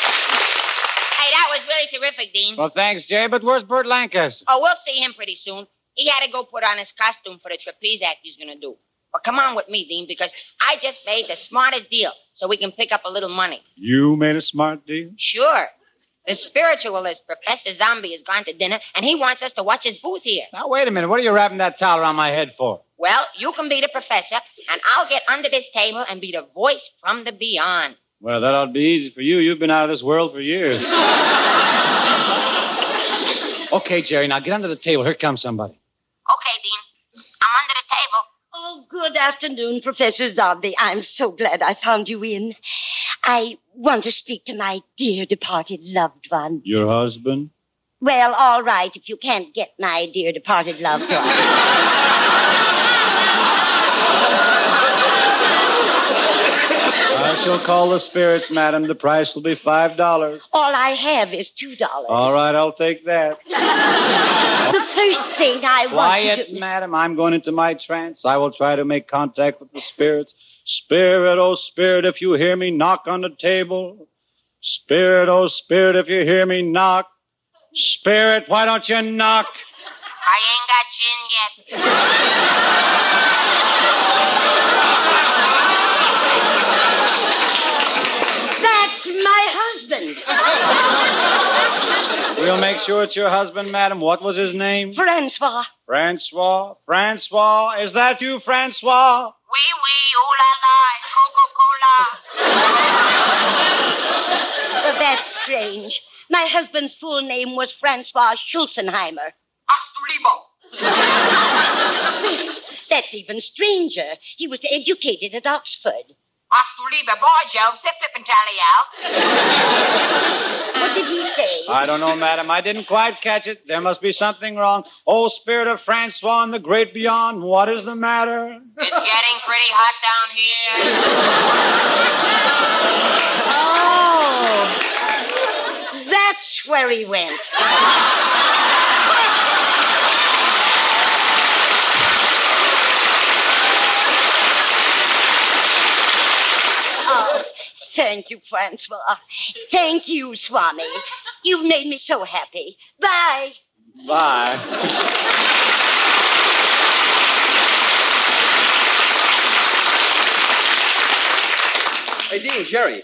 Hey, that was really terrific, Dean.
Well, thanks, Jerry, but where's Bert Lancaster?
Oh, we'll see him pretty soon. He had to go put on his costume for the trapeze act he's gonna do. But come on with me, Dean, because I just made the smartest deal so we can pick up a little money.
You made a smart deal?
Sure. The spiritualist, Professor Zombie, has gone to dinner, and he wants us to watch his booth here.
Now, wait a minute. What are you wrapping that towel around my head for?
Well, you can be the professor, and I'll get under this table and be the voice from the beyond.
Well, that ought to be easy for you. You've been out of this world for years. okay, Jerry, now get under the table. Here comes somebody.
Okay, Dean. I'm under the table.
Oh, good afternoon, Professor Zombie. I'm so glad I found you in. I want to speak to my dear departed loved one.
Your husband?
Well, all right, if you can't get my dear departed love to us. [LAUGHS]
I shall call the spirits, madam. The price will be five dollars.
All I have is two dollars.
All right, I'll take that.
The first thing I want to
Quiet,
do.
madam. I'm going into my trance. I will try to make contact with the spirits. Spirit, oh spirit, if you hear me, knock on the table. Spirit, oh spirit, if you hear me, knock. Spirit, why don't you knock?
I ain't got gin yet.
That's my husband.
We'll make sure it's your husband, madam. What was his name?
Francois.
Francois. Francois. Is that you, Francois?
Wee wee, ooh la la, and Coca Cola.
Well, that's strange. My husband's full name was Francois Schulzenheimer. That's even stranger. He was educated at Oxford.
Astuliba Borgio, pip pip and tally out.
What did he say?
I don't know, madam. I didn't quite catch it. There must be something wrong. Oh, spirit of Francois and the great beyond, what is the matter?
It's getting pretty hot down here.
Oh. That's where he went. Oh, thank you, Francois. Thank you, Swami. You've made me so happy. Bye.
Bye.
Hey, Dean, Jerry,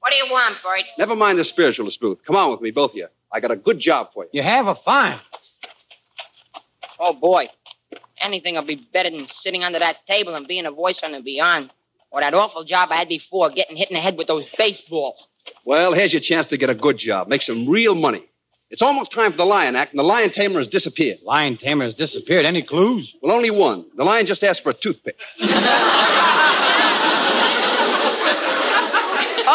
What do you want, Bert?
never mind the spiritual dispute. Come on with me, both of you. I got a good job for you.
You have a fine.
Oh, boy. Anything will be better than sitting under that table and being a voice on the beyond. Or that awful job I had before, getting hit in the head with those baseballs.
Well, here's your chance to get a good job, make some real money. It's almost time for the Lion Act, and the Lion Tamer has disappeared.
Lion Tamer has disappeared. Any clues?
Well, only one. The Lion just asked for a toothpick.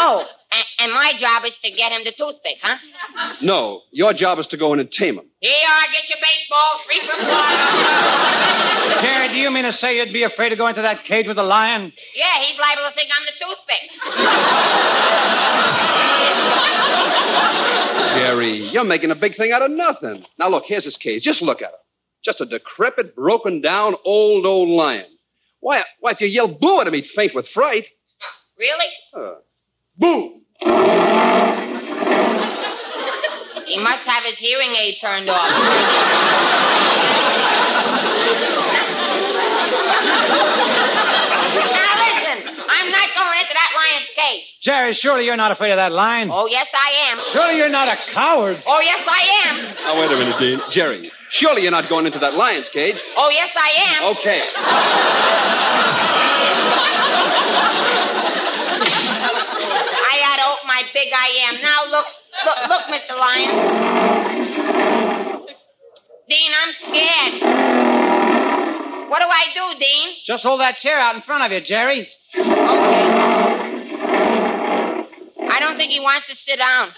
Oh, and, and my job is to get him the toothpick, huh?
No, your job is to go in and tame him.
Here you are, get your baseball, free from
[LAUGHS]
water.
Jerry, [LAUGHS] do you mean to say you'd be afraid to go into that cage with a lion?
Yeah, he's liable to think I'm the toothpick.
Jerry, you're making a big thing out of nothing. Now, look, here's his cage. Just look at him. Just a decrepit, broken down, old, old lion. Why, why if you yell boo at him, he'd faint with fright.
[LAUGHS] Really?
Uh, boo!
He must have his hearing aid turned off. now listen, I'm not going into that lion's cage.
Jerry, surely you're not afraid of that lion.
Oh, yes, I am.
Surely you're not a coward.
Oh, yes, I am.
Now, wait a minute, Dean. Jerry, surely you're not going into that lion's cage.
Oh, yes, I am.
Okay.
I ought to open my big I am. Now look, look, look, Mr. Lion. Dean, I'm scared. What do I do, Dean?
Just hold that chair out in front of you, Jerry.
I don't think he wants to sit down.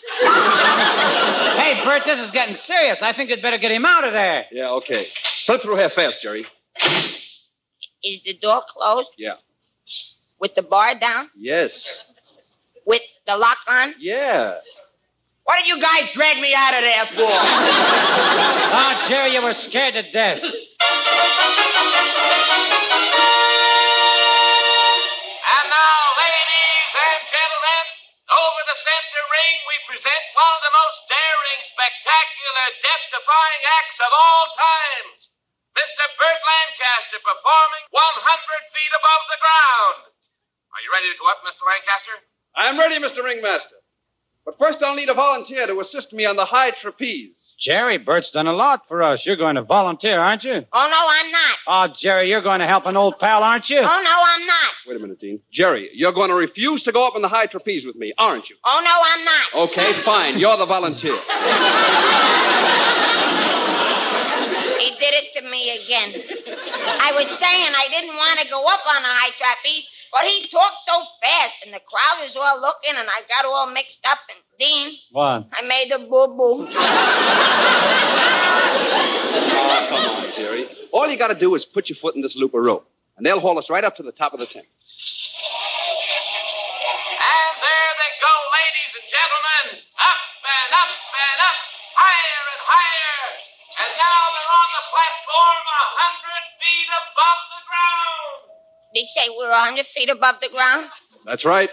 Hey, Bert, this is getting serious. I think you'd better get him out of there.
Yeah, okay. Slip through here fast, Jerry.
Is the door closed
Yeah.
with the bar down,
Yes.
with the lock on?
Yeah.
What did you guys drag me out of there for?
Ah, Jerry, you were scared to death.
And now, ladies and gentlemen, over the center ring, we present one of the most daring, spectacular, death-defying acts of all times. Mr. Burt Lancaster performing 100 feet above the ground. Are you ready to go up, Mr. Lancaster?
I'm ready, Mr. Ringmaster. But first, I'll need a volunteer to assist me on the high trapeze.
Jerry, Bert's done a lot for us. You're going to volunteer, aren't you?
oh, no, I'm not.
Oh, Jerry, you're going to help an old pal, aren't you?
Oh, no, I'm not.
Wait a minute, Dean. Jerry, you're going to refuse to go up on the high trapeze with me, aren't you?
Oh, no, I'm not. [LAUGHS]
Okay, fine. You're the volunteer.
He did it to me again. I was saying I didn't want to go up on a high trapeze, But he talked so fast, and the crowd was all looking, and I got all mixed up. And Dean,
What?
I made a boo boo.
Oh, come on, Jerry. All you got to do is put your foot in this loop of rope, and they'll haul us right up to the top of the tent.
And there they go, ladies and gentlemen. Up and up and up, higher and higher. And now they're on the platform a hundred feet above the ground.
They say we're a hundred feet above the ground.
That's right.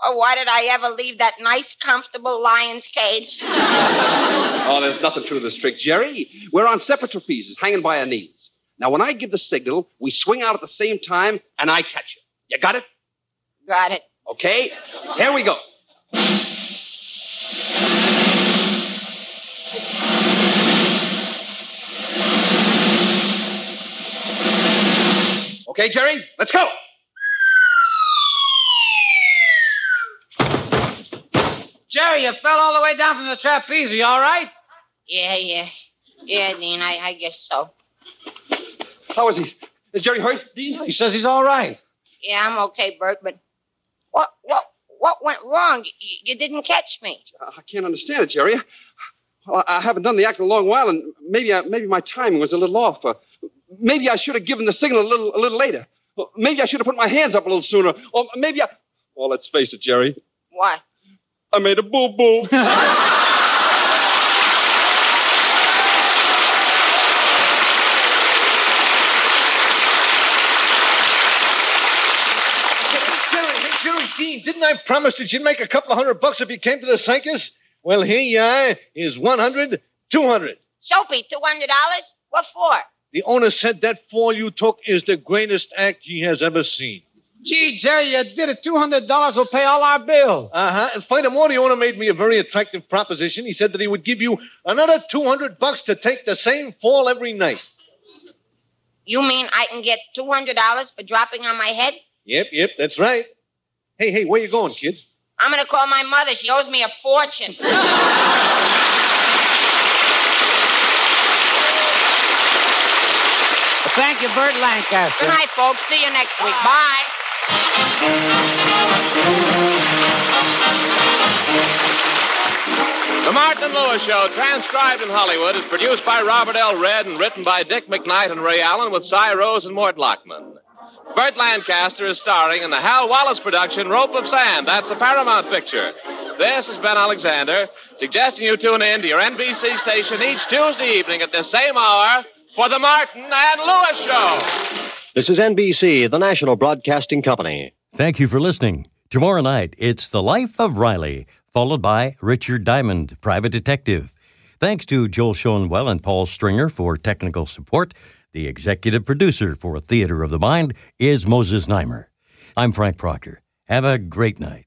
Oh, why did I ever leave that nice, comfortable lion's cage?
Oh, there's nothing true to this trick, Jerry. We're on separate trapezes, hanging by our knees. Now, when I give the signal, we swing out at the same time, and I catch you. You got it?
Got it.
Okay? Here we go. Okay, Jerry, let's go.
Jerry, you fell all the way down from the trapeze. Are you all right?
Yeah, yeah. Yeah, Dean, I, I guess so.
How is he? Is Jerry hurt?
He says he's all right.
Yeah, I'm okay, Bert, but what what what went wrong? You, you didn't catch me.
I can't understand it, Jerry. Well, I I haven't done the act in a long while, and maybe I, maybe my timing was a little off. Uh, maybe I should have given the signal a little a little later. Well, Maybe I should have put my hands up a little sooner. Or maybe I. Well, let's face it, Jerry.
What?
I made a boo boo.
Jerry, hey, Jerry, Dean, didn't I promise that you'd make a couple of hundred bucks if you came to the circus? Well, here you are. Here's 100, 200.
Soapy, two hundred dollars? What for?
The owner said that fall you took is the greatest act he has ever seen.
Gee, Jerry, you did it. Two hundred dollars will pay all our bill.
Uh huh. And furthermore, the owner made me a very attractive proposition. He said that he would give you another 200 bucks to take the same fall every night.
You mean I can get two hundred dollars for dropping on my head?
Yep, yep, that's right. Hey, hey, where you going, kids?
I'm gonna call my mother. She owes me a fortune.
Thank you, Bert Lancaster.
Good night, folks. See you next week. Bye.
The Martin Lewis Show, transcribed in Hollywood, is produced by Robert L. Red and written by Dick McKnight and Ray Allen with Cy Rose and Mort Lockman. Burt Lancaster is starring in the Hal Wallace production Rope of Sand. That's a Paramount picture. This is Ben Alexander, suggesting you tune in to your NBC station each Tuesday evening at this same hour for the Martin and Lewis Show.
This is NBC, the national broadcasting company.
Thank you for listening. Tomorrow night, it's The Life of Riley, followed by Richard Diamond, Private Detective. Thanks to Joel Schoenwell and Paul Stringer for technical support. The executive producer for Theater of the Mind is Moses Neimer. I'm Frank Proctor. Have a great night.